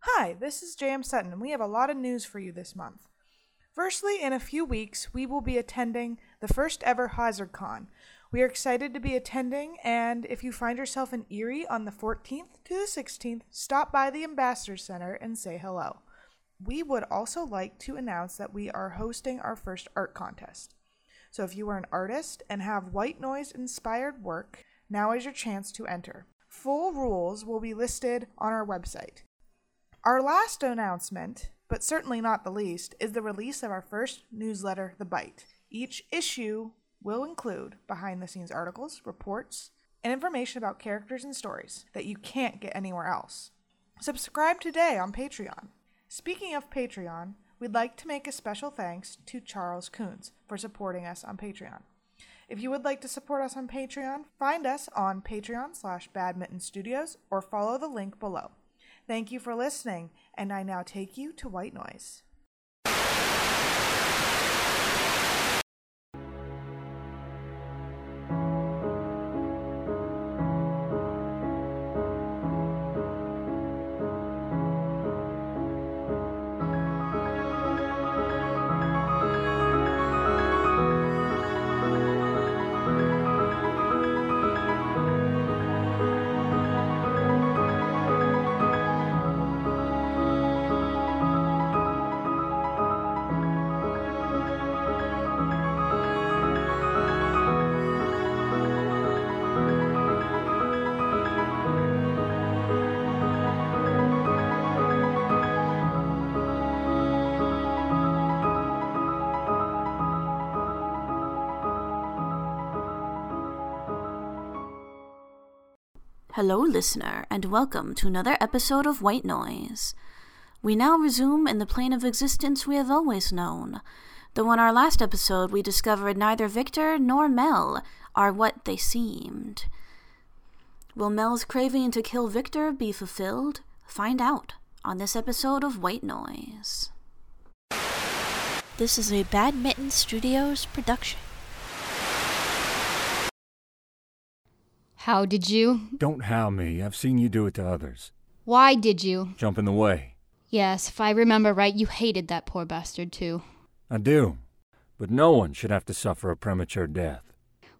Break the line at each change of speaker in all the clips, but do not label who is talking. Hi, this is J.M. Sutton, and we have a lot of news for you this month. Firstly, in a few weeks, we will be attending the first ever HazardCon. We are excited to be attending, and if you find yourself in Erie on the 14th to the 16th, stop by the Ambassador Center and say hello. We would also like to announce that we are hosting our first art contest. So if you are an artist and have white noise inspired work, now is your chance to enter. Full rules will be listed on our website. Our last announcement, but certainly not the least, is the release of our first newsletter, The Bite. Each issue will include behind the scenes articles, reports, and information about characters and stories that you can't get anywhere else. Subscribe today on Patreon. Speaking of Patreon, we'd like to make a special thanks to Charles Coons for supporting us on Patreon. If you would like to support us on Patreon, find us on Patreon slash Badminton Studios or follow the link below. Thank you for listening, and I now take you to White Noise.
Hello, listener, and welcome to another episode of White Noise. We now resume in the plane of existence we have always known, though in our last episode we discovered neither Victor nor Mel are what they seemed. Will Mel's craving to kill Victor be fulfilled? Find out on this episode of White Noise.
This is a Badminton Studios production.
How did you?
Don't howl me. I've seen you do it to others.
Why did you?
Jump in the way.
Yes, if I remember right, you hated that poor bastard too.
I do. But no one should have to suffer a premature death.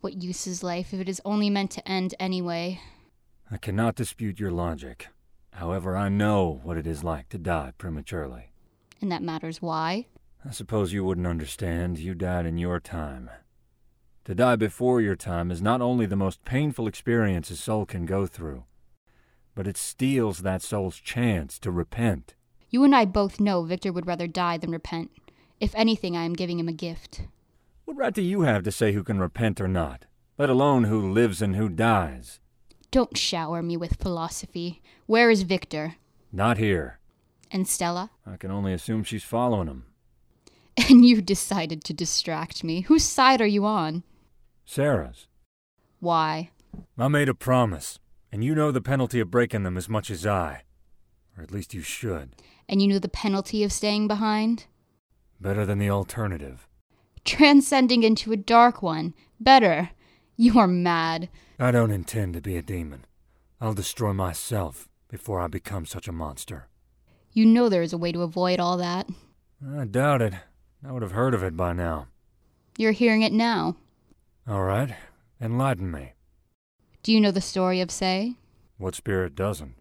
What use is life if it is only meant to end anyway?
I cannot dispute your logic. However, I know what it is like to die prematurely.
And that matters why?
I suppose you wouldn't understand. You died in your time. To die before your time is not only the most painful experience a soul can go through, but it steals that soul's chance to repent.
You and I both know Victor would rather die than repent. If anything, I am giving him a gift.
What right do you have to say who can repent or not, let alone who lives and who dies?
Don't shower me with philosophy. Where is Victor?
Not here.
And Stella?
I can only assume she's following him.
And you decided to distract me. Whose side are you on?
Sarah's.
Why?
I made a promise, and you know the penalty of breaking them as much as I. Or at least you should.
And you knew the penalty of staying behind?
Better than the alternative.
Transcending into a dark one. Better. You are mad.
I don't intend to be a demon. I'll destroy myself before I become such a monster.
You know there is a way to avoid all that.
I doubt it. I would have heard of it by now.
You're hearing it now.
All right, enlighten me.
Do you know the story of Say?
What spirit doesn't?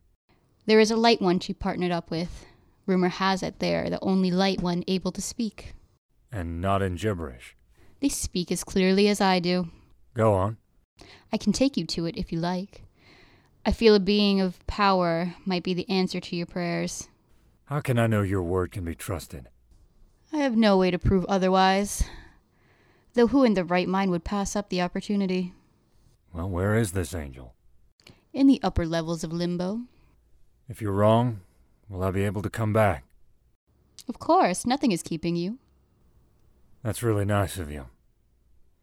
There is a light one she partnered up with. Rumor has it they're the only light one able to speak.
And not in gibberish.
They speak as clearly as I do.
Go on.
I can take you to it if you like. I feel a being of power might be the answer to your prayers.
How can I know your word can be trusted?
I have no way to prove otherwise. Though who in their right mind would pass up the opportunity?
Well, where is this angel?
In the upper levels of limbo.
If you're wrong, will I be able to come back?
Of course, nothing is keeping you.
That's really nice of you.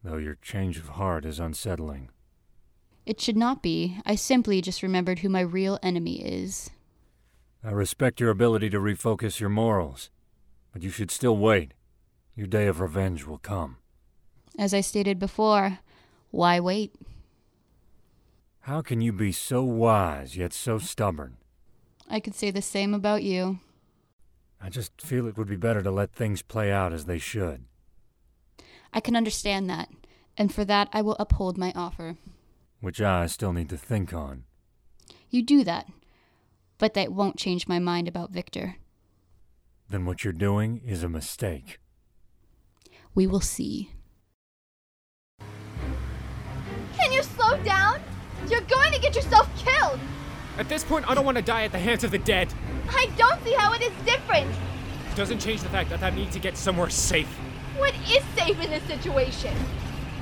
Though your change of heart is unsettling.
It should not be. I simply just remembered who my real enemy is.
I respect your ability to refocus your morals, but you should still wait. Your day of revenge will come.
As I stated before, why wait?
How can you be so wise yet so stubborn?
I could say the same about you.
I just feel it would be better to let things play out as they should.
I can understand that, and for that I will uphold my offer.
Which I still need to think on.
You do that, but that won't change my mind about Victor.
Then what you're doing is a mistake.
We will see.
Can you slow down? You're going to get yourself killed!
At this point, I don't want to die at the hands of the dead.
I don't see how it is different!
Doesn't change the fact that I need to get somewhere safe.
What is safe in this situation?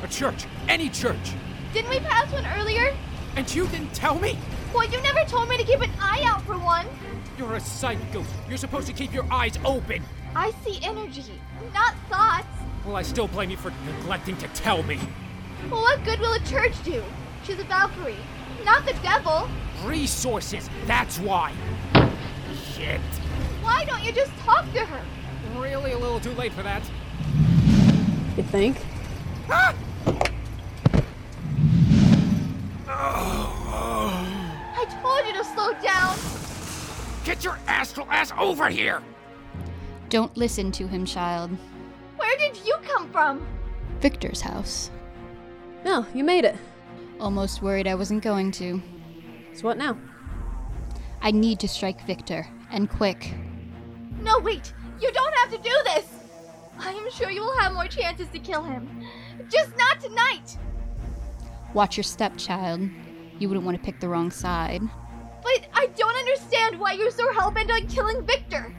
A church. Any church.
Didn't we pass one earlier?
And you didn't tell me?
Well, you never told me to keep an eye out for one!
You're a psycho. You're supposed to keep your eyes open.
I see energy, not thoughts!
Well, I still blame you for neglecting to tell me.
Well, what good will a church do? She's a Valkyrie, not the devil!
Resources. That's why. Shit.
Why don't you just talk to her?
Really a little too late for that.
You think?
Ah! Oh,
I told you to slow down!
Get your astral ass over here!
Don't listen to him, child.
Where did you come from?
Victor's house.
No, you made it.
Almost worried I wasn't going to.
So what now?
I need to strike Victor, and quick.
No, wait! You don't have to do this! I am sure you will have more chances to kill him. Just not tonight!
Watch your step, child. You wouldn't want to pick the wrong side.
But I don't understand why you're so hellbent on killing Victor!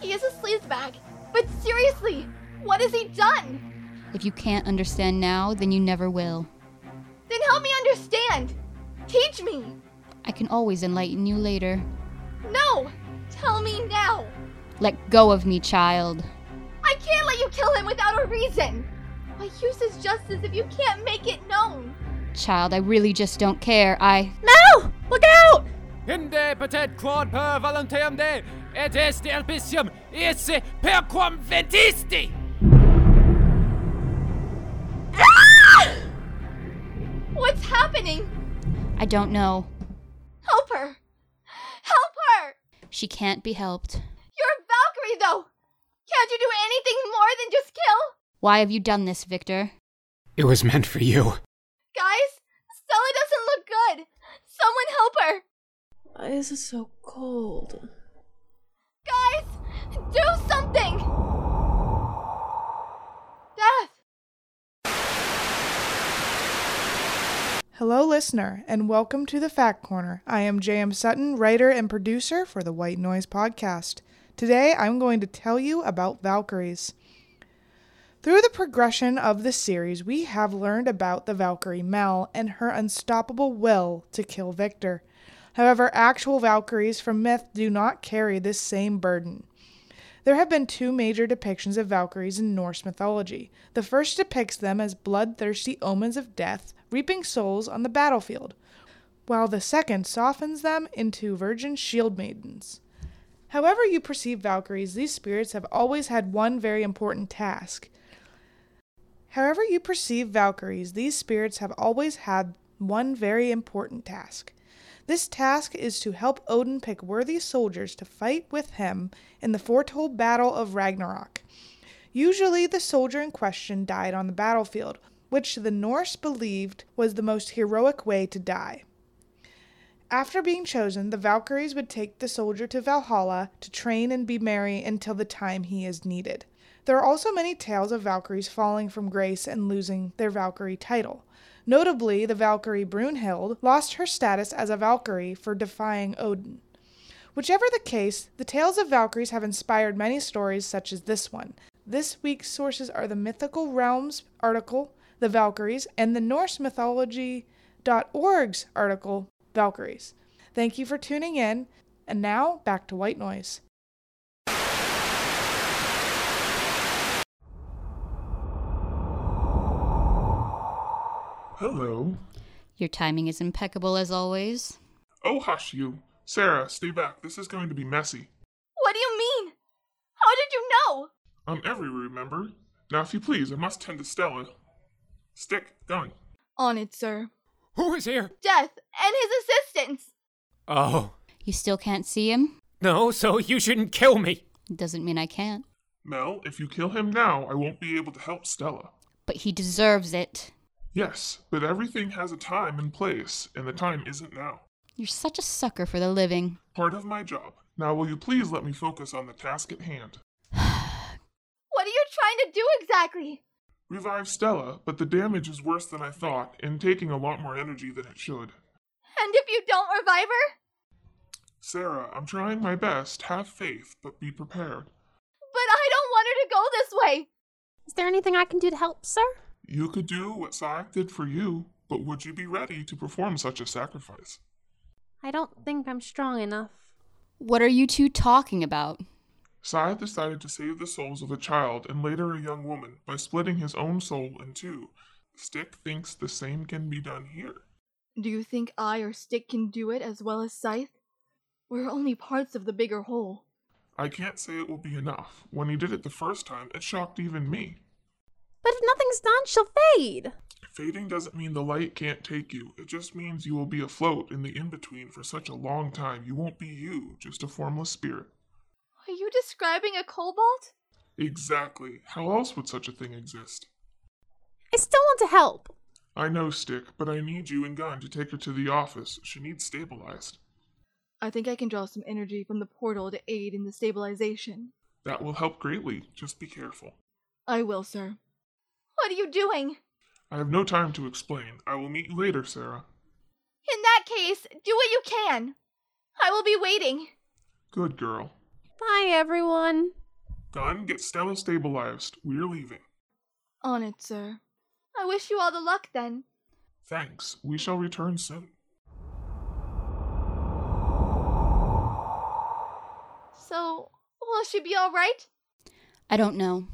He is a sleazebag, but seriously, what has he done?
If you can't understand now, then you never will.
Then help me understand! Teach me!
I can always enlighten you later.
No! Tell me now!
Let go of me, child.
I can't let you kill him without a reason! What use is justice if you can't make it known?
Child, I really just don't care. I.
No! Look out!
Inde patet quod per volunteam de, et est albicium esse per quam ventisti!
What's happening?
I don't know.
Help her! Help her!
She can't be helped.
You're a Valkyrie, though! Can't you do anything more than just kill?
Why have you done this, Victor?
It was meant for you.
Guys, Stella doesn't look good! Someone help her!
Why is it so cold?
Guys, do something! Death!
Hello, listener, and welcome to the Fact Corner. I am J.M. Sutton, writer and producer for the White Noise podcast. Today, I'm going to tell you about Valkyries. Through the progression of the series, we have learned about the Valkyrie Mel and her unstoppable will to kill Victor. However, actual Valkyries from myth do not carry this same burden. There have been two major depictions of Valkyries in Norse mythology. The first depicts them as bloodthirsty omens of death, reaping souls on the battlefield, while the second softens them into virgin shield maidens. However, you perceive Valkyries, these spirits have always had one very important task. However, you perceive Valkyries, these spirits have always had one very important task. This task is to help Odin pick worthy soldiers to fight with him in the foretold battle of Ragnarok. Usually, the soldier in question died on the battlefield, which the Norse believed was the most heroic way to die. After being chosen, the Valkyries would take the soldier to Valhalla to train and be merry until the time he is needed. There are also many tales of Valkyries falling from grace and losing their Valkyrie title. Notably, the Valkyrie Brunhild lost her status as a Valkyrie for defying Odin. Whichever the case, the tales of Valkyries have inspired many stories such as this one. This week's sources are the Mythical Realms article, The Valkyries, and the Norse Mythology.org's article, Valkyries. Thank you for tuning in, and now back to White Noise.
Hello.
Your timing is impeccable as always.
Oh, hush you. Sarah, stay back. This is going to be messy.
What do you mean? How did you know?
I'm every remember. Now, if you please, I must tend to Stella. Stick, going.
On it, sir.
Who is here?
Death and his assistants!
Oh.
You still can't see him?
No, so you shouldn't kill me.
Doesn't mean I can't.
Mel, if you kill him now, I won't be able to help Stella.
But he deserves it.
Yes, but everything has a time and place, and the time isn't now.
You're such a sucker for the living.
Part of my job. Now, will you please let me focus on the task at hand?
What are you trying to do exactly?
Revive Stella, but the damage is worse than I thought, and taking a lot more energy than it should.
And if you don't revive her?
Sarah, I'm trying my best. Have faith, but be prepared.
But I don't want her to go this way.
Is there anything I can do to help, sir?
You could do what Saik did for you, but would you be ready to perform such a sacrifice?
I don't think I'm strong enough.
What are you two talking about?
Sai decided to save the souls of a child and later a young woman by splitting his own soul in two. Stick thinks the same can be done here.
Do you think I or Stick can do it as well as Scythe? We're only parts of the bigger whole.
I can't say it will be enough. When he did it the first time, it shocked even me.
But if nothing's done, she'll fade.
Fading doesn't mean the light can't take you, it just means you will be afloat in the in between for such a long time. You won't be you, just a formless spirit.
Are you describing a cobalt?
Exactly. How else would such a thing exist?
I still want to help.
I know, Stick, but I need you and Gun to take her to the office. She needs stabilized.
I think I can draw some energy from the portal to aid in the stabilization.
That will help greatly. Just be careful.
I will, sir. What are you doing?
I have no time to explain. I will meet you later, Sarah.
In that case, do what you can. I will be waiting.
Good girl.
Bye, everyone.
Gun, get Stella stabilized. We are leaving.
On it, sir. I wish you all the luck then.
Thanks. We shall return soon.
So, will she be all right?
I don't know.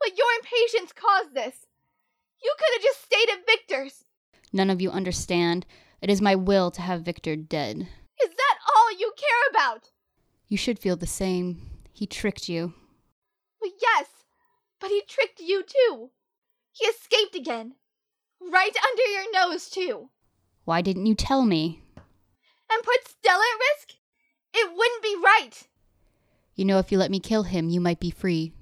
But your impatience caused this. You could have just stayed at Victor's.
None of you understand. It is my will to have Victor dead.
Is that all you care about?
You should feel the same. He tricked you.
Well, yes, but he tricked you too. He escaped again. Right under your nose, too.
Why didn't you tell me?
And put Stella at risk? It wouldn't be right.
You know, if you let me kill him, you might be free.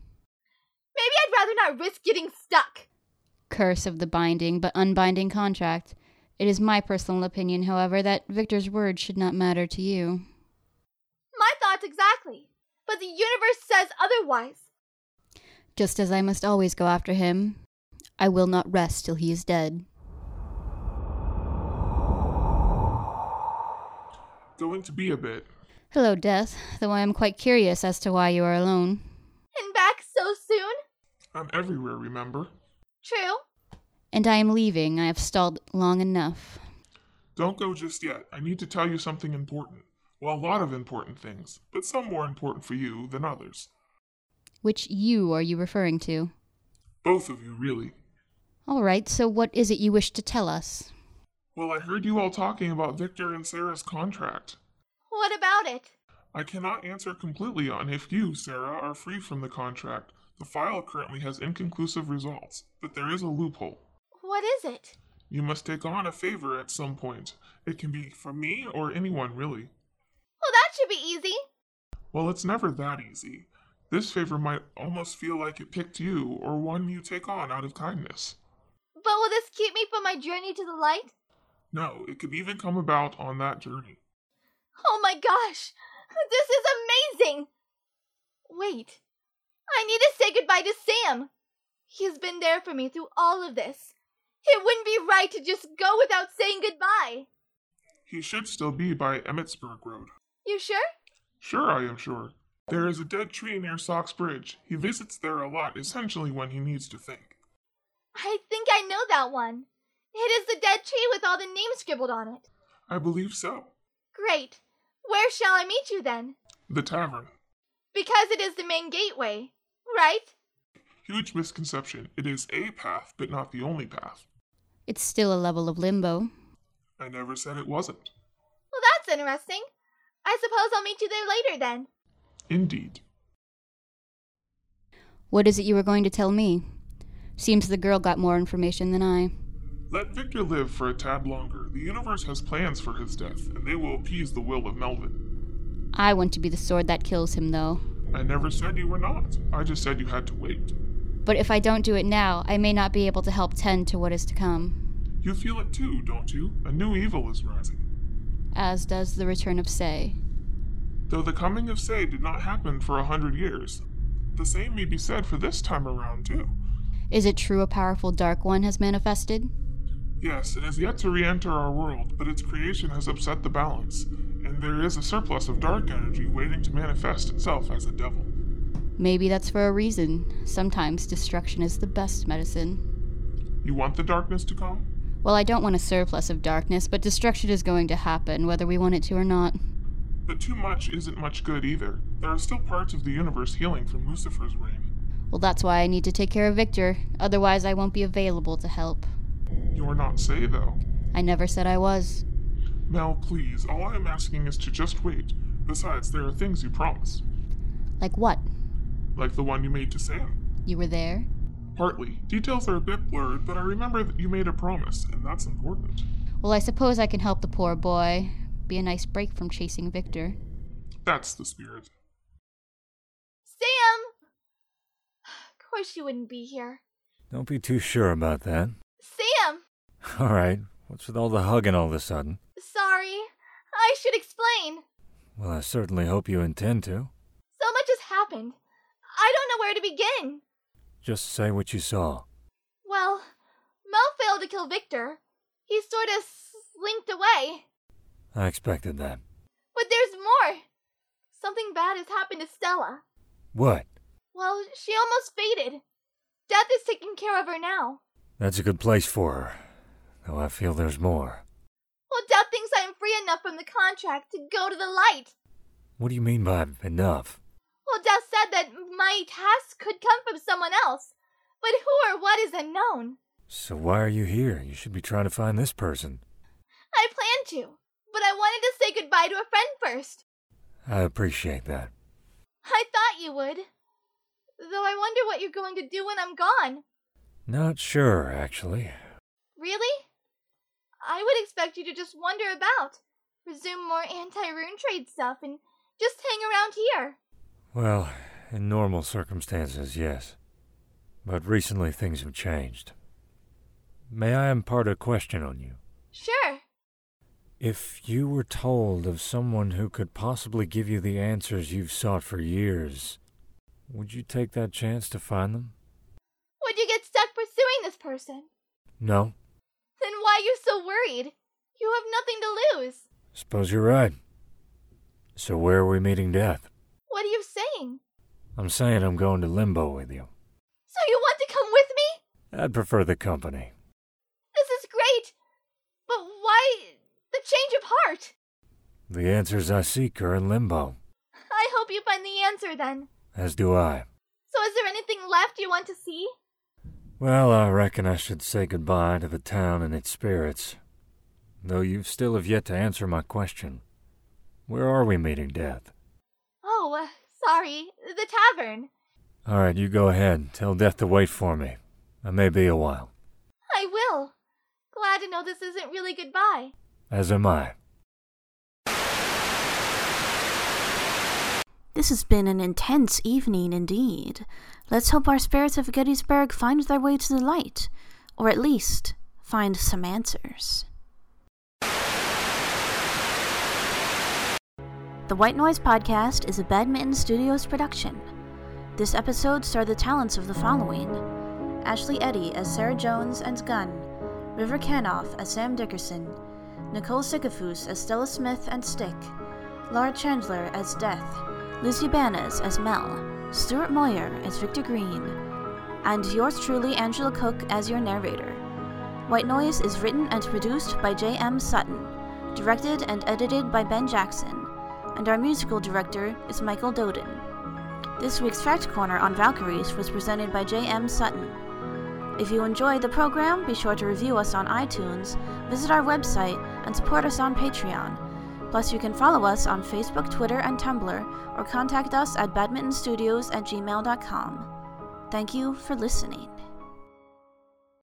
Maybe I'd rather not risk getting stuck.
Curse of the binding but unbinding contract. It is my personal opinion, however, that Victor's word should not matter to you.
My thoughts exactly. But the universe says otherwise.
Just as I must always go after him, I will not rest till he is dead.
Going to be a bit.
Hello, Death, though I am quite curious as to why you are alone.
And back so soon?
I'm everywhere, remember?
True.
And I am leaving. I have stalled long enough.
Don't go just yet. I need to tell you something important. Well, a lot of important things, but some more important for you than others.
Which you are you referring to?
Both of you, really.
All right, so what is it you wish to tell us?
Well, I heard you all talking about Victor and Sarah's contract.
What about it?
I cannot answer completely on if you, Sarah, are free from the contract. The file currently has inconclusive results, but there is a loophole.
What is it?
You must take on a favor at some point. It can be from me or anyone, really.
Well, that should be easy.
Well, it's never that easy. This favor might almost feel like it picked you or one you take on out of kindness.
But will this keep me from my journey to the light?
No, it could even come about on that journey.
Oh my gosh! This is amazing! Wait. I need to say goodbye to Sam. He's been there for me through all of this. It wouldn't be right to just go without saying goodbye.
He should still be by Emmitsburg Road.
You sure?
Sure, I am sure. There is a dead tree near Sox Bridge. He visits there a lot, essentially when he needs to think.
I think I know that one. It is the dead tree with all the names scribbled on it.
I believe so.
Great. Where shall I meet you then?
The tavern.
Because it is the main gateway, right?
Huge misconception. It is a path, but not the only path.
It's still a level of limbo.
I never said it wasn't.
Well, that's interesting. I suppose I'll meet you there later then.
Indeed.
What is it you were going to tell me? Seems the girl got more information than I.
Let Victor live for a tad longer. The universe has plans for his death, and they will appease the will of Melvin.
I want to be the sword that kills him, though.
I never said you were not. I just said you had to wait.
But if I don't do it now, I may not be able to help tend to what is to come,
You feel it too, don't you? A new evil is rising.
as does the return of Say.
Though the coming of Say did not happen for a hundred years, the same may be said for this time around, too.
Is it true a powerful Dark One has manifested?
Yes, it has yet to re enter our world, but its creation has upset the balance, and there is a surplus of dark energy waiting to manifest itself as a devil.
Maybe that's for a reason. Sometimes destruction is the best medicine.
You want the darkness to come?
Well, I don't want a surplus of darkness, but destruction is going to happen, whether we want it to or not.
But too much isn't much good either. There are still parts of the universe healing from Lucifer's reign.
Well, that's why I need to take care of Victor, otherwise, I won't be available to help.
You are not Say, though.
I never said I was.
Mel, please, all I am asking is to just wait. Besides, there are things you promised,
Like what?
like the one you made to Sam.
You were there?
Partly. Details are a bit blurred, but I remember that you made a promise, and that's important.
Well, I suppose I can help the poor boy. Be a nice break from chasing Victor.
That's the spirit.
Sam! Of course you wouldn't be here.
Don't be too sure about that.
Sam!
All right, what's with all the hugging all of a sudden?
Sorry. I should explain.
Well, I certainly hope you intend to.
So much has happened. I don't know where to begin.
Just say what you saw.
Well, Mel failed to kill Victor. He sort of slinked away.
I expected that.
But there's more. Something bad has happened to Stella.
What?
Well, she almost faded. Death is taking care of her now.
That's a good place for her. Though I feel there's more.
Well, Death thinks I'm free enough from the contract to go to the light.
What do you mean by enough?
Well, Death said that my task could come from someone else. But who or what is unknown.
So why are you here? You should be trying to find this person.
I planned to, but I wanted to say goodbye to a friend first.
I appreciate that.
I thought you would. Though I wonder what you're going to do when I'm gone.
Not sure, actually.
Really? I would expect you to just wander about, resume more anti rune trade stuff, and just hang around here.
Well, in normal circumstances, yes. But recently things have changed. May I impart a question on you?
Sure.
If you were told of someone who could possibly give you the answers you've sought for years, would you take that chance to find them?
Would you get stuck pursuing this person?
No.
Then why are you so worried? You have nothing to lose.
Suppose you're right. So where are we meeting death?
What are you saying?
I'm saying I'm going to limbo with you.
So you want to come with me?
I'd prefer the company.
This is great. But why the change of heart?
The answers I seek are in limbo,
I hope you find the answer then.
as do I.
So is there anything left you want to see?
Well, I reckon I should say goodbye to the town and its spirits. Though you still have yet to answer my question. Where are we meeting death?
Oh, uh, sorry, the tavern.
All right, you go ahead. Tell death to wait for me. I may be a while,
I will. Glad to know this isn't really goodbye.
as am I.
This has been an intense evening indeed. Let's hope our spirits of Gettysburg find their way to the light, or at least find some answers. The White Noise Podcast is a Badminton Studios production. This episode starred the talents of the following Ashley Eddy as Sarah Jones and Gunn, River Canoff as Sam Dickerson, Nicole Sycophus as Stella Smith and Stick, Laura Chandler as Death, Lizzie Banas as Mel, Stuart Moyer as Victor Green, and yours truly, Angela Cook, as your narrator. White Noise is written and produced by J.M. Sutton, directed and edited by Ben Jackson, and our musical director is Michael Doden. This week's Fact Corner on Valkyries was presented by J.M. Sutton. If you enjoy the program, be sure to review us on iTunes, visit our website, and support us on Patreon. Plus, you can follow us on Facebook, Twitter, and Tumblr, or contact us at badmintonstudios at gmail.com. Thank you for listening.